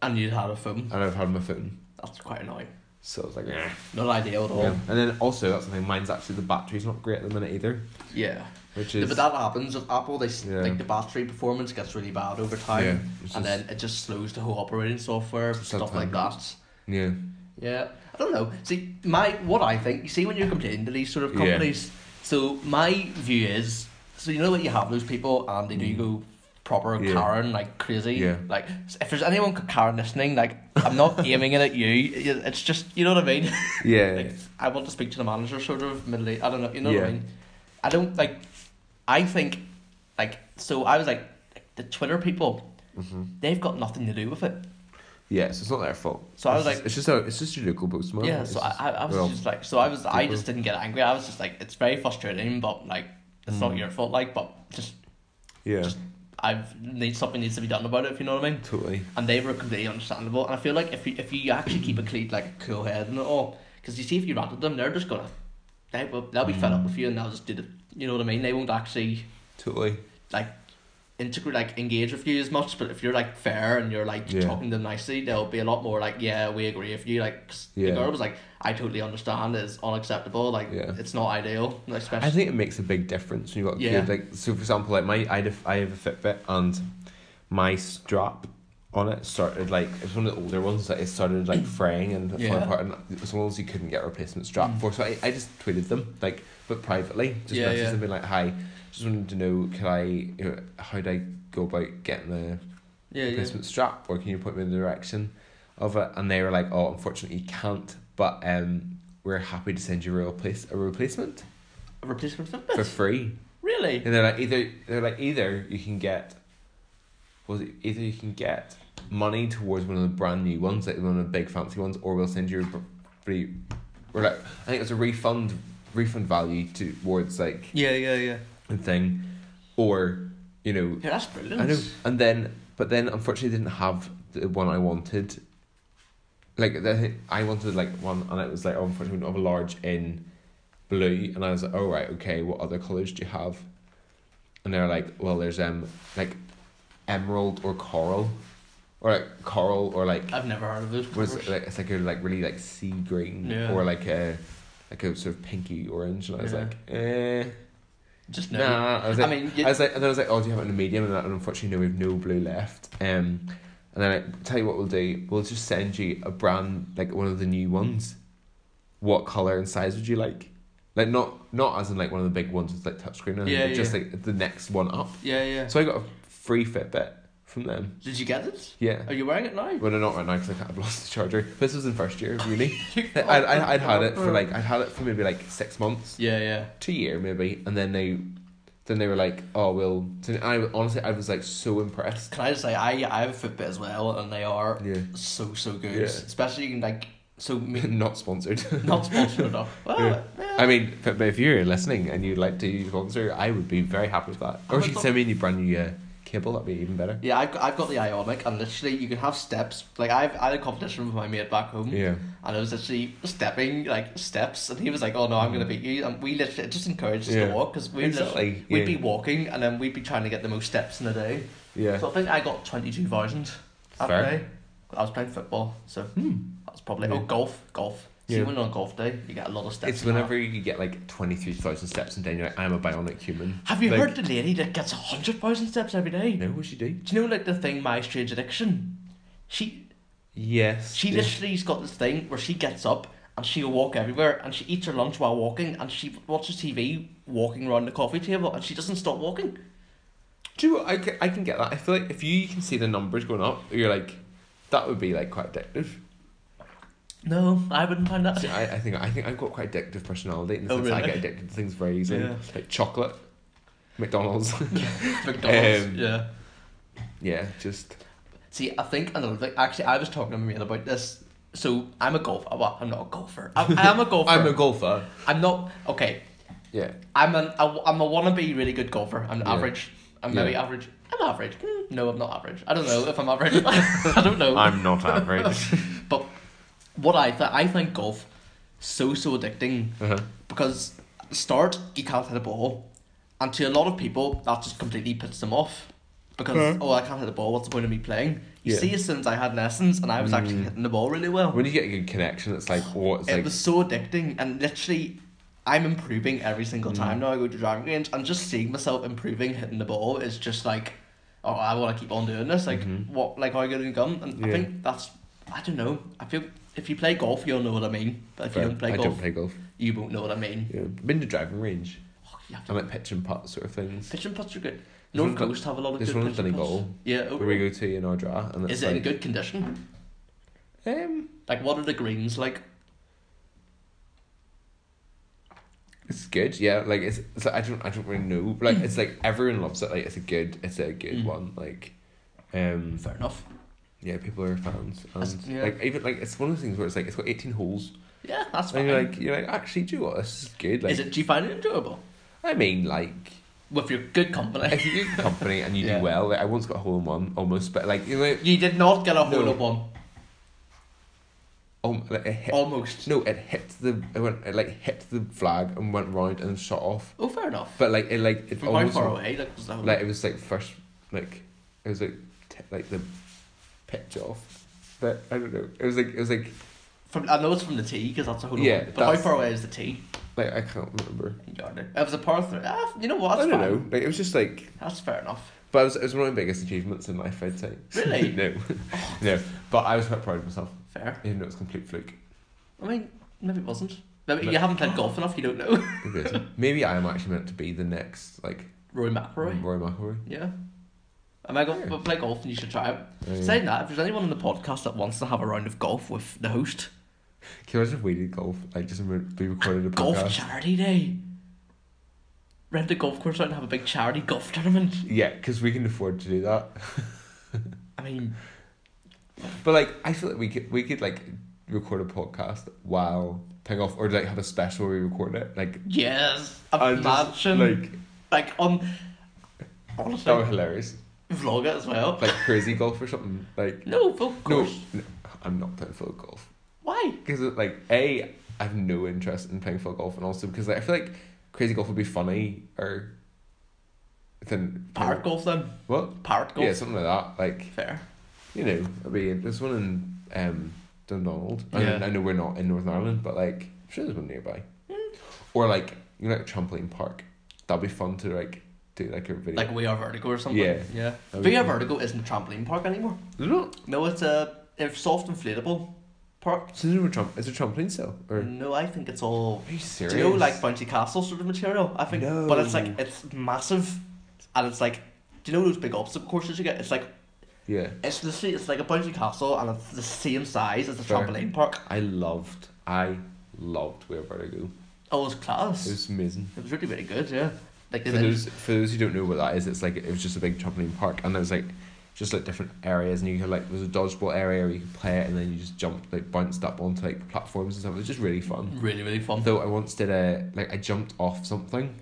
And you'd had a phone.
and I've had my phone.
That's quite annoying.
So I was like, eh.
Not ideal at all.
Yeah.
Yeah.
and then also that's the thing. Mine's actually the battery's not great at the minute either, which is
But that happens with Apple. They s
Yeah.
like the battery performance gets really bad over time,
yeah,
and
which is-
then it just slows the whole operating software stuff like that.
yeah,
Yeah, I don't know. See, my what I think. You see, when you're complaining to these sort of
Yeah.
companies, so my view is, so you know what you have those people, and they do
Mm.
go proper
Yeah.
Karen like crazy.
Yeah.
Like if there's anyone Karen listening, like I'm
*laughs*
not aiming it at you. It's just you know what I mean.
yeah,
like I want to speak to the manager, sort of middle. I don't know. You know what I
Yeah.
mean? I don't like. I think, like, so I was like, the Twitter people,
hmm
they've got nothing to do with it.
yeah. So it's not their fault.
So I
It's
was
just-
like-
it's just a, it's just your local postman.
Yeah,
It's
so I,
just-
I I was
well,
just like, so I was, I
people.
just didn't get angry. I was just like, it's very frustrating, but like, it's not
Mm.
your fault. Like, but just
yeah,
just- I've need something needs to be done about it. If you know what I mean.
totally.
And they were completely understandable. And I feel like if you if you actually keep a clean like a cool head and it all, because you see if you rat at them, they're just gonna they will they'll be
Hmm.
fed up with you and they'll just do it. You know what I mean? They won't actually
Totally.
like integrate like engage with you as much. But if you're like fair and you're like
Yeah.
talking to them nicely, they'll be a lot more like, yeah, we agree with you. Like 'cause
Yeah.
the girl was like, I totally understand. It's unacceptable. Like
Yeah.
it's not ideal. like, Especially
I think it makes a big difference when you've got
Yeah.
good, like so for example like my I, had a, I have a Fitbit and my strap on it started like it was one of the older ones that it started
*clears throat*
like fraying and it
Yeah. Mm.
falling apart and it was one of those you couldn't get a replacement strap for so I, I just tweeted them like but privately just
Yeah,
messaged
yeah.
them being like hi just wanted to know can I you know, how do I go about getting the
yeah, yeah.
replacement strap or can you point me in the direction of it and they were like oh unfortunately you can't but um we're happy to send you a replace a replacement
A replacement
for
Fitbit.
free
Really?
and they're like either they're like either you can get was it either you can get money towards one of the brand new ones, like one of the big fancy ones, or we'll send you a br- free or like I think it's a refund refund value towards like
Yeah, yeah, yeah.
the thing. Or, you know
Yeah, that's brilliant.
I know and then but then unfortunately they didn't have the one I wanted. Like the, I wanted like one and it was like oh, unfortunately we don't have a large in blue and I was like, Oh right, okay, what other colours do you have? And they're like, Well there's um like emerald or coral. Or like coral or like
I've never heard Oh, of those.
was
colours.
like it's like a like really like sea green
Yeah.
or like a like a sort of pinky orange and I was
Yeah.
like, eh
Just no.
no. Nah, I was like,
I mean, you-
I was like, and then I was like, oh, do you have it in a medium? And, that, and unfortunately, no, we have no blue left. Um, and then I tell you what we'll do. We'll just send you a brand like one of the new ones. What color and size would you like? Like not not as in like one of the big ones with like touchscreen. and everything,
Yeah,
but Just
yeah.
like the next one up.
Yeah, yeah.
So I got a free Fitbit from them.
Did you get it?
Yeah.
Are you wearing it now?
Well, no, not right now because I've lost the charger. This was in first year of
*laughs*
uni. I'd, I'd,
Oh,
I'd had it for like I'd had it for maybe like six months
Yeah, yeah.
two year maybe, and then they Then they were like, "Oh, we'll." And I honestly, I was like so impressed.
Can I just say I I have Fitbit as well, and they are
Yeah.
so so good.
Yeah.
Especially in, like so me
Not sponsored.
*laughs*
*laughs*
not sponsored enough. Well,
Yeah.
Oh, yeah.
I mean, but but if you're listening and you'd like to sponsor, I would be very happy with that. Or
I
if you could
thought-
send me a new brand new uh, cable, that'd be even better.
Yeah, I've got, I've got the Ionic, and literally you can have steps. Like I've I had a competition with my mate back home,
Yeah.
and I was literally stepping like steps, and he was like, "Oh no, I'm gonna beat you." And we literally it just encouraged us
Mm. Yeah.
to walk because we
Exactly,
literally we'd
yeah.
be walking, and then we'd be trying to get the most steps in a day.
Yeah.
So I think I got twenty two thousand that
Fair. Hmm.
day. I was playing football, so that was probably
Yeah.
oh golf, golf. So
Yeah.
you went on golf day, you get a lot of steps.
It's
in that.
whenever you get like 23,000 steps and then you're like, I'm a bionic human.
Have you
Like-
heard the lady that gets hundred thousand steps every day?
No, what you do?
Do you know like the thing My Strange Addiction? She
Yes.
She literally's got this thing where she gets up and she'll walk everywhere and she eats her lunch while walking and she watches TV walking around the coffee table and she doesn't stop walking.
Do you know what? I can, I can get that. I feel like if you can see the numbers going up, you're like, that would be like quite addictive.
No, I wouldn't find that.
See, I, I think I think I've got quite addictive personality in the
Oh,
sense that I
really?
get addicted to things very easily,
Yeah.
like chocolate, McDonald's.
*laughs*
*laughs*
McDonald's.
Um,
yeah.
yeah, just
See, I think another thing. Actually, I was talking to my mate about this. So I'm a golfer. Well, I'm not a golfer. I, I *laughs* am a golfer.
I'm a golfer.
I'm not. Okay.
Yeah,
I'm an. I, I'm a wannabe really good golfer. I'm
Yeah.
average. I'm maybe
Yeah.
average. I'm average. Hmm, No, I'm not average. I don't know if I'm average. *laughs* I don't know.
not average.
But what I th- I find golf so so addicting
uh-huh.
because at the start you can't hit a ball, and to a lot of people that just completely puts them off because
Yeah.
oh I can't hit a ball. What's the point of me playing? You
Yeah. Mm.
see, as soon as I had lessons and I was actually hitting the ball really well,
*laughs* When you get a good connection, it's like what? It's
it
like
was so addicting and literally. I'm improving every single
Mm-hmm.
time now I go to driving range and just seeing myself improving hitting the ball is just like oh I want to keep on doing this like what like how good and come and I
Mm-hmm. Yeah.
think that's I don't know I feel if you play golf you'll know what I mean but if
fair.
you don't play
I
golf
don't play golf.
you won't know what I mean
Yeah, been to driving range.
oh, you have to
I like pitch and putt sort of things.
pitch and putts are good
There's
North
one in
Coast have a lot of
there's
good
one in
pitch and putts
Donegal
yeah oh,
Where we go to in Ardra, and it's
is it in
like,
good condition
Um,
like what are the greens like
it's good. Yeah, like it's, it's like, I don't I don't really know. but, Like it's like everyone loves it. Like it's a good it's a good
Mm.
one. Like, um,
fair enough
yeah, people are fans,
That's-
and
yeah.
like even like it's one of those things where it's like it's got eighteen holes,
yeah that's fine
and you're like you're like actually do you know what this is good. Like
is it do you find it enjoyable
I mean like.
with your good company
if you do company and you
*laughs* Yeah.
do well, like I once got a hole in one almost, but like you know,
You did not get a hole
No.
in one.
um, like it hit.
Almost.
No, it hit the. It went. It like hit the flag and went round and shot off.
Oh, fair enough.
But like it, like it
From how
almost
far away? Like, was the hole?
like it was like first like it was like t- like the pitch off. But I don't know. It was like it was like
from, I know it's from the tee because that's a hole. in
Yeah,
one. But how
that's-
far away is the tee?
like I can't remember.
In yardage. It was a par three. Ah, you know what? That's
I don't
fine.
know. Like it was just like.
That's fair enough.
But it was, it was one of my biggest achievements in life, I'd say. *laughs*
Really?
no, no. But I was quite proud of myself,
Fair.
even though it was a complete fluke.
I mean, maybe it wasn't. Maybe
No.
you haven't played golf enough. You don't know. *laughs*
Maybe it isn't. Maybe I am actually meant to be the next like
Roy McIlroy.
Roy McIlroy.
Yeah. Am I go
Mm. Yeah. Mm.
play golf and you should try it.
Yeah.
Saying that, if there's anyone on the podcast that wants to have a round of golf with the host,
Can you imagine if we did golf? Like, just re- we recorded a
golf
podcast.
charity day. Rent a golf course out and have a big charity golf tournament.
Yeah, because we can afford to do that.
I mean,
But like, I feel like we could we could like record a podcast while playing golf, or like have a special where we record it. Like,
yes.
and
Imagine.
just, like
Like on
that
honestly
would be hilarious.
vlog it as well.
Like crazy golf or something. Like,
No, of
no,
course.
no, I'm not playing full golf
Why?
because like a I have no interest in playing full golf, and also because like, I feel like crazy golf would be funny or than
Parrot golf then.
What?
Parrot golf.
Yeah, something like that. Like.
Fair.
you know, I mean, there's one in um, Dundonald. I, mean,
Yeah.
I know we're not in Northern Ireland, but like, I'm sure there's one nearby.
Hmm.
Or like, you know, like trampoline park. That'd be fun to like do like a video.
Like we are vertigo or something.
Yeah.
Yeah.
That'd
We
be
are
cool.
vertigo isn't a trampoline park anymore.
Is it not?
No, it's a it's soft inflatable park.
So is it a tramp- is it a trampoline cell? Or
No, I think it's all
are you serious?
Mm. do you know like bouncy castle sort of material? I think
No.
but it's like it's massive and it's like do you know those big obstacle courses you get? It's like
yeah,
it's literally it's like a bouncy castle and it's the same size as the
Fair.
trampoline park.
I loved. I loved Where Vertigo.
Oh, it's class.
It was amazing.
It was really, really good, yeah. Like
For
they did.
those for those who don't know what that is, it's like it was just a big trampoline park, and there was like just like different areas, and you could like there was a dodgeball area where you could play it, and then you just jumped like bounced up onto like platforms and stuff. It was just really fun.
Really, really fun.
Although I once did a like I jumped off something,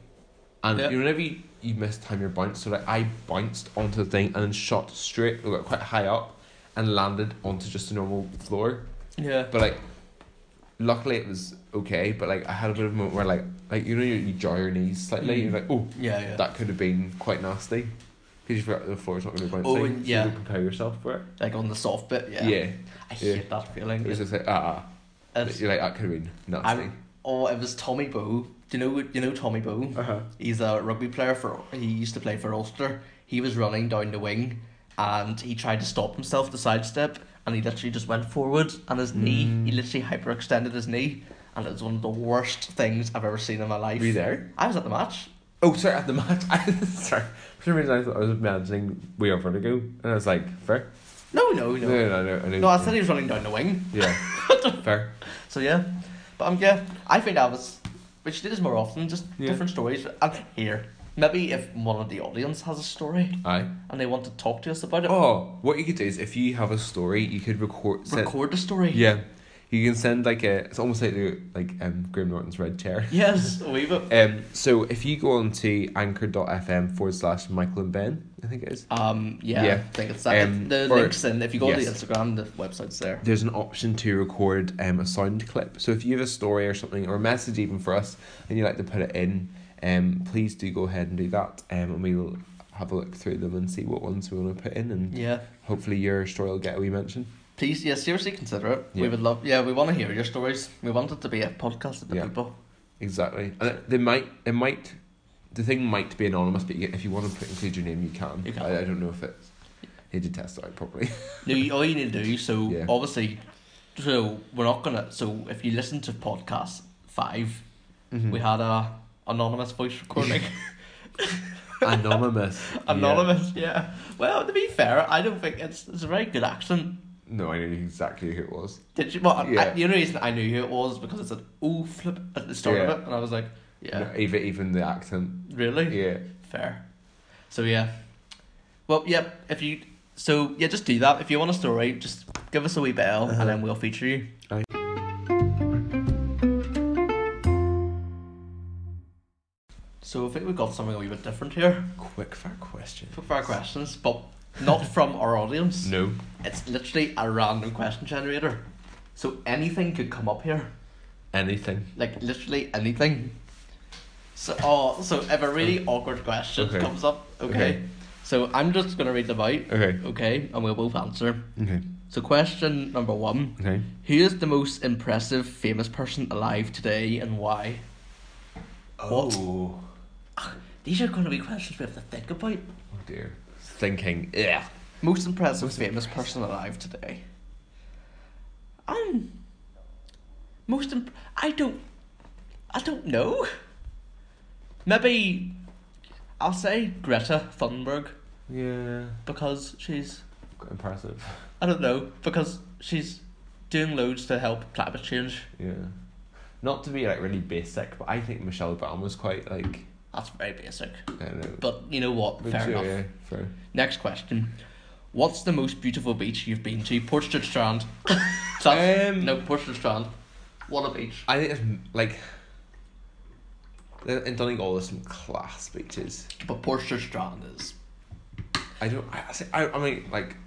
and
Yeah.
you know whenever you, you miss time your bounce, so like I bounced onto the thing and then shot straight, like, quite high up, and landed onto just a normal floor.
yeah.
But like, luckily it was okay. But like, I had a bit of a moment where like, like you know, you, you jar your knees slightly. You're like, oh,
Yeah, yeah.
that could have been quite nasty, because you forgot the floor's not going to bounce.
Oh,
like,
and
so
yeah.
You don't prepare yourself for it.
like on the soft bit, yeah.
Yeah.
I
yeah.
hate that feeling.
It was just like ah, ah.
It's-
you're like that could have been nasty.
oh, it was Tommy Bow. Do you know you know Tommy Bow?
Uh huh.
He's a rugby player for he used to play for Ulster. He was running down the wing and he tried to stop himself to sidestep and he literally just went forward and his knee
Mm.
he literally hyperextended his knee and it was one of the worst things I've ever seen in my life.
Were you there?
I was at the match.
Oh, sorry, at the match. *laughs* I, sorry. For some reason, I thought I was imagining we are vertigo, and I was like, fair.
No no
No,
no.
no, no, no. I know-
No, I said he was running down the wing.
*laughs* Yeah. fair.
So yeah. But um yeah, I think that was we should do this more often, just
Yeah.
different stories. And here. Maybe if one of the audience has a story
*laughs* Aye.
and they want to talk to us about it,
Oh, what you could do is if you have a story, you could record. Set,
record the story.
Yeah, you can send like a. It's almost like the like um Graham Norton's red chair.
Yes, we've
Um, so if you go on to anchor.fm forward slash Michael and Ben, I think it is.
um yeah,
Yeah.
I think it's that.
Um,
the
or-
links and if you go to
yes.
the Instagram, the website's there.
There's an option to record um a sound clip. So if you have a story or something or a message even for us, and you like to put it in, um, please do go ahead and do that. Um, and we'll have a look through them and see what ones we want to put in, and
Yeah.
hopefully your story will get a wee mention.
Please, yeah, seriously consider it. We
Yeah.
would love, yeah, we want to hear your stories. We want it to be a podcast of the
Yeah.
people.
Exactly, and it- they might, it might, the thing might be anonymous, but you, if you want to put, include your name, you can.
You can.
I, I don't know if it's. Need to test it out
*laughs*
properly.
No, you, all you need to do. So
Yeah.
obviously, so we're not gonna. So if you listen to podcast 5 we
Hmm.
had a anonymous voice recording.
*laughs*
*laughs*
anonymous.
anonymous, yeah. Well, to be fair, I don't think it's it's a very good accent.
Yeah. No, I knew exactly who it was.
Did you? Well, I,
Yeah.
the only reason I knew who it was because it said "oh flip" at the start
Yeah.
of it, and I was like, "Yeah,
No, even even the accent.
really?
Yeah.
Fair. So yeah. Well, yep. If you so yeah, just do that. If you want a story, just give us a wee bell,
Uh-huh.
and then we'll feature you.
Aye.
So I think we've got something a wee bit different here
Quick fire question.
for our questions, but not from our audience.
No.
It's literally a random question generator. So anything could come up here,
Anything.
like literally anything. So oh, so if a really awkward question
Okay.
comes up, okay.
Okay.
So I'm just gonna read them out.
Okay.
Okay, and we'll both answer.
Okay.
So, question number one
Okay.
Who is the most impressive famous person alive today and why? What?
Oh,
These are going to be questions we have to think about.
oh dear. Thinking. Yeah.
Most impressive
Most
famous person alive today. Um, most imp- I don't. I don't know. Maybe I'll say Greta Thunberg
Yeah.
because she's
Quite impressive.
I don't know because she's doing loads to help climate change.
Yeah. Not to be like really basic, but I think Michelle Obama's quite like
That's very basic.
I don't know.
But you know what?
But
Fair
sure,
enough.
Yeah, fair.
Next question. What's the most beautiful beach you've been to? Portchester Strand. *laughs* That's-
Um,
no, Portchester Strand. What a beach.
I think it's m- like in Donegal there's some class beaches.
But Portchester Strand is.
I don't. I I, say- I, I mean, like,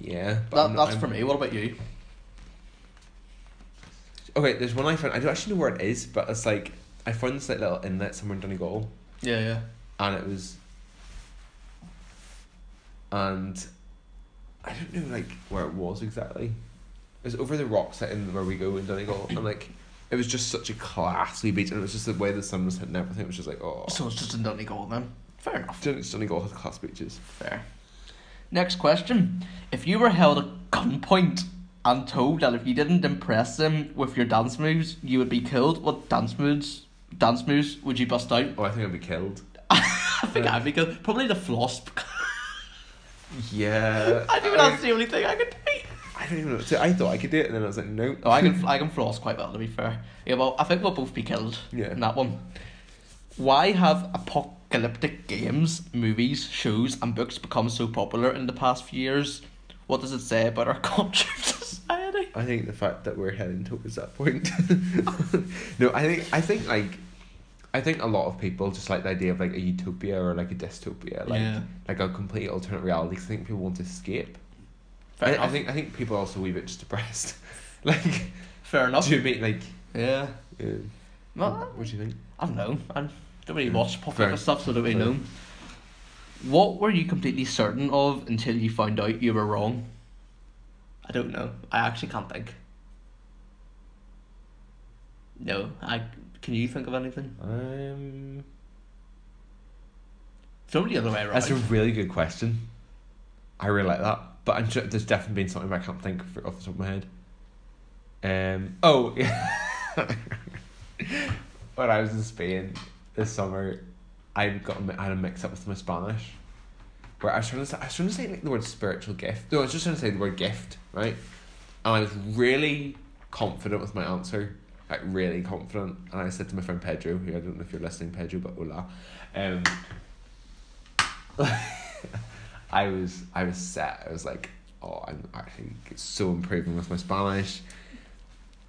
yeah. But
That,
I'm not-
that's
I'm-
for me. What about you?
Okay, there's one I found. I don't actually know where it is, but it's like I found this like little inlet somewhere in Donegal,
Yeah, yeah.
and it was. And, I don't know like where it was exactly. It was over the rocks like, in where we go in Donegal, and like. It was just such a classy beach, and it was just the way the sun was hitting everything. It was just like, oh,
So it's just in Donegal then. Fair enough.
Don- Donegal has class beaches.
Fair. Next question. If you were held at gunpoint and told that if you didn't impress them with your dance moves, you would be killed, what dance moves dance moves would you bust out?
Oh, I think I'd be killed.
I think I'd be killed. Probably the floss.
Yeah,
*laughs* I think that's the only thing I could do.
I don't even know. So I thought I could do it, and then I was like, no.
Oh, I can I can floss quite well to be fair. Yeah, well, I think we'll both be killed
Yeah.
in that one. Why have apo- apocalyptic games, movies, shows, and books become so popular in the past few years? What does it say about our *laughs* culture and society?
*laughs* I think the fact that we're heading towards that point. *laughs* no, I think I think like I think a lot of people just like the idea of like a utopia or like a dystopia, like
Yeah.
like a complete alternate reality. 'cause I think people want to escape.
Fair
I, I
enough.
think I think people are also a wee bit just depressed. *laughs* like
Fair enough.
do you mean like?
Yeah.
Uh,
Well,
what do you think?
I don't know. I don't really
Mm.
watch pop
Fair.
culture stuff, so I don't really
Fair.
know. What were you completely certain of until you found out you were wrong? I don't know. I actually can't think. No, I. Can you think of anything?
Um,
It's normally the other way around.
that's a really good question. I really like that, but I'm sure there's definitely been something I can't think of off the top of my head. Um. Oh *laughs* yeah. when I was in Spain this summer, I got a mi- I had a mix up with my Spanish, where I was trying to say, I was trying to say like the word spiritual gift. No, I was just trying to say the word gift, right? And I was really confident with my answer, like really confident. And I said to my friend Pedro, who I don't know if you're listening, Pedro, but hola, um, *laughs* I was I was set. I was like, oh, I'm actually so improving with my Spanish.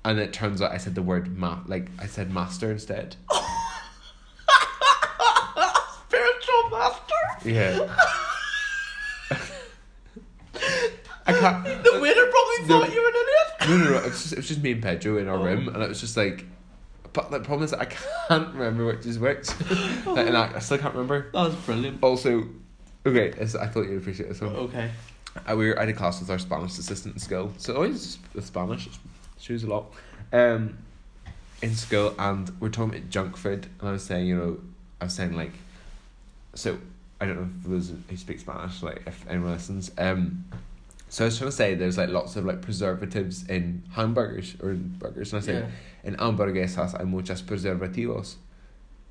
And it turns out I said the word ma like I said master instead.
*laughs* spiritual master.
Yeah. I can't.
*laughs* The waiter probably
No.
thought you were an idiot.
No, no, no. It was just, it was just me and Pedro in our room, and it was just like. But the problem is, I can't *laughs* remember which is which. Like, and I, I still can't remember.
That was brilliant.
Also, okay, this, I thought you'd appreciate this one.
Okay.
I, we were, I had a class with our Spanish assistant in school. So always with Spanish, she was a lot. Um, in school, and we're talking about junk food, and I was saying, you know, I was saying like, so I don't know if those who speak Spanish, like if anyone listens, um, so I was trying to say there's like lots of like preservatives in hamburgers or in burgers, and I said
Yeah.
in hamburguesas hay muchas preservativos,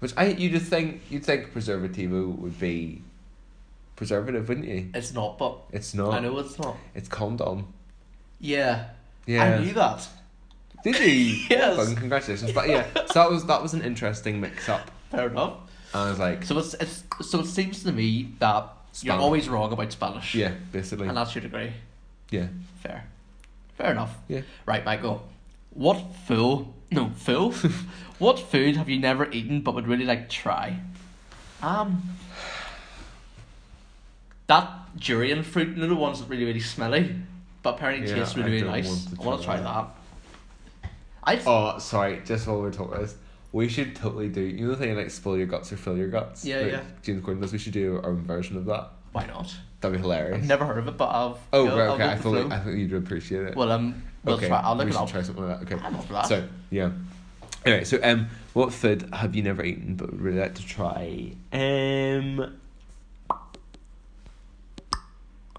which I you'd think you'd think preservativo would be preservative, wouldn't you?
It's not, but
It's not.
I know it's not.
It's condom.
Yeah.
Yeah.
I knew that.
Did *laughs* you?
Yes.
Fucking congratulations. But yeah, so that was that was an interesting mix up.
Fair enough.
And I was like,
So it's, it's so it seems to me that you're
Spanish.
always wrong about Spanish.
yeah, basically.
And that's your degree.
Yeah.
Fair. Fair enough.
Yeah.
Right, Michael. What fool? No,
*laughs*
fool. what food have you never eaten but would really like to try? Um. That durian fruit, you know the ones that really really smelly, but apparently
Yeah,
tastes
I
really really
don't
nice.
want to
I want to
try
try that. I
Oh, sorry. Just while we're talking about this, we should totally do. You know the thing like spill your guts or fill your guts.
Yeah,
Like,
yeah.
James Corden does. We should do our own version of that.
why not?
That'd be hilarious.
I've never heard of it, but I've
Oh,
I'll
right,
go
okay. I
with the
thought
flow.
I thought you'd appreciate it.
Well, um, we'll
okay.
try. I'll look
we
it
should
up.
try something like that. Okay.
I'm up for that.
So yeah. Anyway, so um, what food have you never eaten but would really like to try? Um,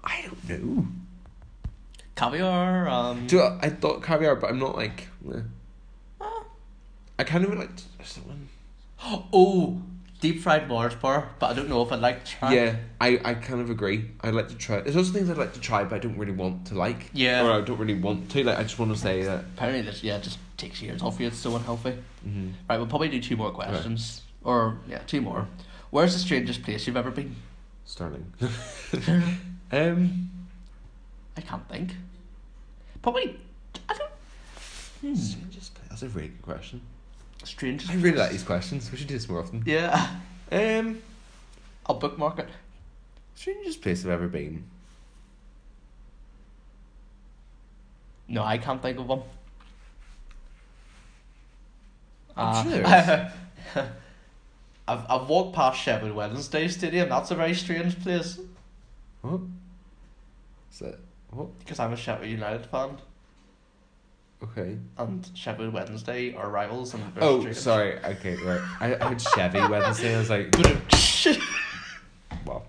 I don't know.
Caviar. Um,
Do you know, I thought caviar, but I'm not like. eh. I kind of like. just that one.
oh, deep fried Mars bar, but I don't know if I'd like to try.
Yeah, I, I kind of agree. I'd like to try. There's also things I'd like to try, but I don't really want to like.
Yeah.
Or I don't really want to. Like, I just want to say that.
Apparently, this yeah just takes years off you. It's so unhealthy.
Mm-hmm.
Right, we'll probably do two more questions, or yeah, two more. Where's the strangest place you've ever been? *laughs*
Sterling.
I
um.
can't think. Probably, I don't. Hmm.
Strangest place. That's a really good question.
Strangest.
I really
place.
like these questions. We should do this more often.
Yeah, *laughs*
Um,
I'll bookmark it.
strangest place I've ever been.
No, I can't think of one.
I'm sure there
Uh, *laughs* I've, I've walked past Sheffield Wednesday Stadium. That's a very strange place
What? Is that what?
because I'm a Sheffield United fan
Okay.
and Sheffield Wednesday are rivals. And they're
Oh,
strange.
sorry. Okay, right. I, I heard Chevy Wednesday. I was like, wow.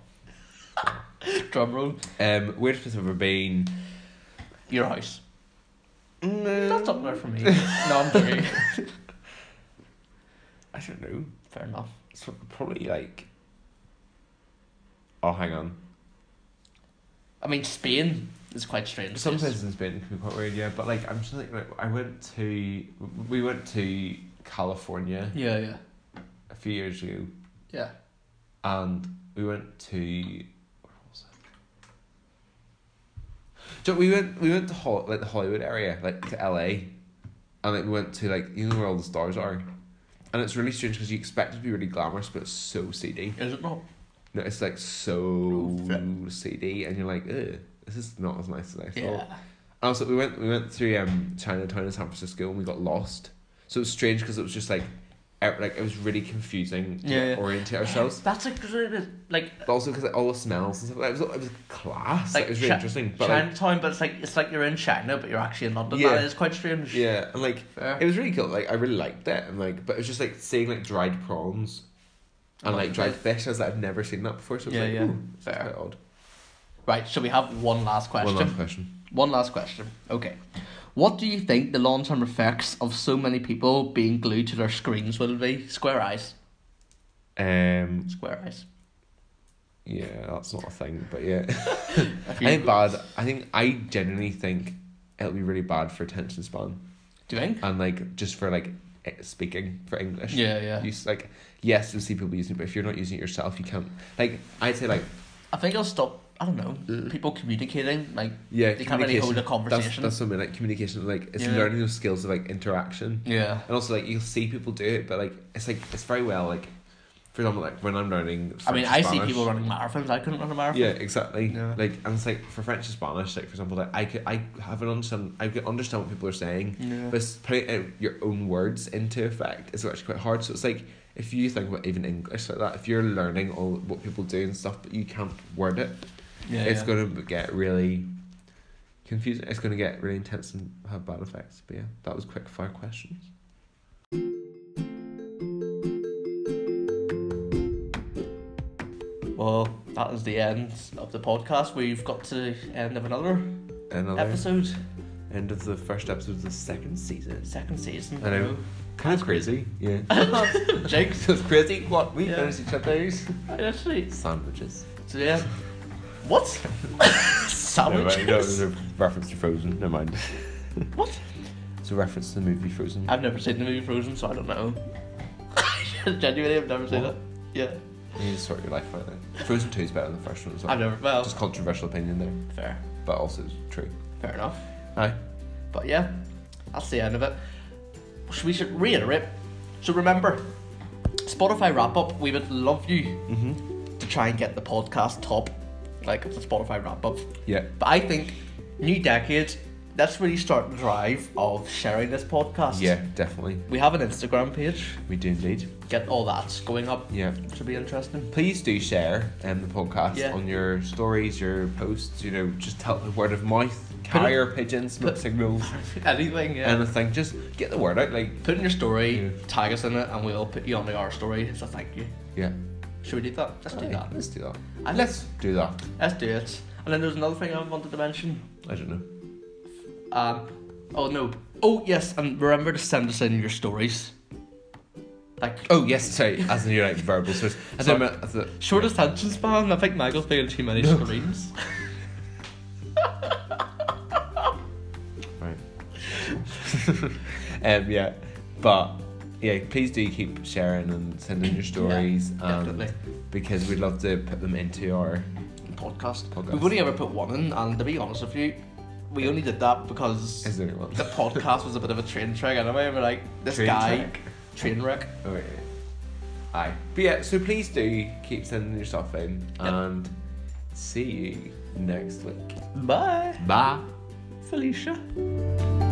*laughs* Drum roll.
Um, weirdest place I've ever been.
Your house.
No.
That's up there for me. no, I'm joking.
*laughs* I don't know.
Fair enough.
It's pro- probably like. Oh, hang on.
I mean, Spain is quite strange.
Some
place.
places in Spain can be quite weird, yeah. But like, I'm just like, like I went to, we went to California
Yeah, yeah,
a few years ago,
yeah.
and we went to where was it? Do you know, we went we went to Hol- like the Hollywood area, like to LA, and like we went to like you know where all the stars are, and it's really strange because you expect it to be really glamorous, but it's so seedy.
Is it not?
No, it's like so
flip.
seedy, and you're like, Ugh, this is not as nice as I thought.
Yeah.
And also, we went we went through um, Chinatown in San Francisco and we got lost. So it was strange because it was just like, e- like it was really confusing to
Yeah, yeah.
orientate ourselves.
That's like cause it is, like
But also because like, all the smells and stuff. Like, it was it was class. Like, it was really
Chi-
interesting. But like,
Chinatown, but it's like it's like you're in China, but you're actually in London.
Yeah.
That is quite strange.
yeah, and like
Fair.
it was really cool. Like I really liked it. And like, but it was just like seeing like dried prawns, and like dried fish. I was like, I've never seen that before. So it was
Oh, Yeah,
like,
yeah.
ooh, it's
Fair.
quite odd.
Right. So we have one last question.
One last question.
One last question. Okay. What do you think the long term effects of so many people being glued to their screens will be? Square eyes.
Um,
Square eyes.
yeah, that's not a thing, but yeah. *laughs*
If
I
you-
think bad. I think I genuinely think it'll be really bad for attention span
do you think?
and like just for like eh, speaking for English.
Yeah, yeah.
You s- like yes, you'll see people using it, but if you're not using it yourself, you can't. Like I'd say, like
I think it'll stop. I don't
Mm.
know. People communicating like
yeah,
They can't really hold a conversation.
That's, that's something like communication. Like it's
Yeah.
learning those skills of like interaction,
yeah.
and also like you'll see people do it, but like it's like it's very well like, for example, like when I'm learning.
I mean,
French and
I see
Spanish-
people running marathons. I couldn't run a marathon.
Yeah, exactly.
Yeah.
Like and it's like for French and Spanish, like for example, like I could I have an understand I could understand what people are saying,
Yeah.
But it's putting out your own words into effect is actually quite hard. So it's like if you think about even English like that, if you're learning all what people do and stuff, but you can't word it,
yeah
it's
yeah.
gonna get really confusing. It's gonna get really intense and have bad effects. But yeah, that was quick fire questions.
Well, that is the end of the podcast. We've got to the end of another
Another
episode,
end of the first episode of the second season.
second season.
I know. Kind of crazy. Yeah. *laughs*
Jinx.
it's crazy. What we
Yeah.
noticed each other's
I actually.
sandwiches.
So yeah. What? *laughs* Sandwiches.
reference to Frozen. Never mind.
What?
It's a reference to the movie Frozen.
I've never seen the movie Frozen, so I don't know. *laughs* Genuinely, I've never seen
What?
it. Yeah,
You need to sort your life out then. Frozen 2 is better than the first one. So
I've never. Well,
Just controversial opinion there,
fair,
but also it's true.
fair enough.
Aye.
But yeah, that's the end of it. Sh- We should reiterate. So remember, Spotify wrap up. We would love you
Mm-hmm.
to try and get the podcast top, like of the Spotify wrap up.
Yeah.
But I think new decade. Let's really start the drive of sharing this podcast.
Yeah, definitely.
We have an Instagram page.
We do indeed.
Get all that going up.
Yeah.
Should be interesting. *laughs*
Please do share um, the podcast
Yeah.
on your stories, your posts, you know, just tell the word of mouth,
it-
carrier pigeons, smoke
put-
signals,
Anything. Yeah.
anything. Just get the word out. Like,
Put in your story,
Yeah.
tag us in it, and we'll put you on the our story as a thank you.
yeah.
Should we do that? Let's do
Aye,
that.
Let's do that.
I-
Let's do that.
Let's do it. And then there's another thing I wanted to mention.
I don't know.
Um, oh no. Oh yes, and remember to send us in your stories. Like
Oh yes, sorry. As in your like verbal source.
*laughs*
I
Sorry.
don't know. I thought-
short attention span. I think Michael's playing too
*laughs*
many screens.
Right. *laughs* um, yeah, but yeah, please do keep sharing and sending your stories,
Yeah,
and-
definitely.
because we'd love to put them into our.
Podcast.
Podcast.
We've only ever put one in, and to be honest with you, we only did that because
Is there anyone?
the podcast was a bit of a train track. Anyway, we're like this
Train
guy
track.
train wreck.
Oh, yeah. Aye, but yeah. So please do keep sending your stuff in, and see you next week.
Bye,
Bye.
Felicia.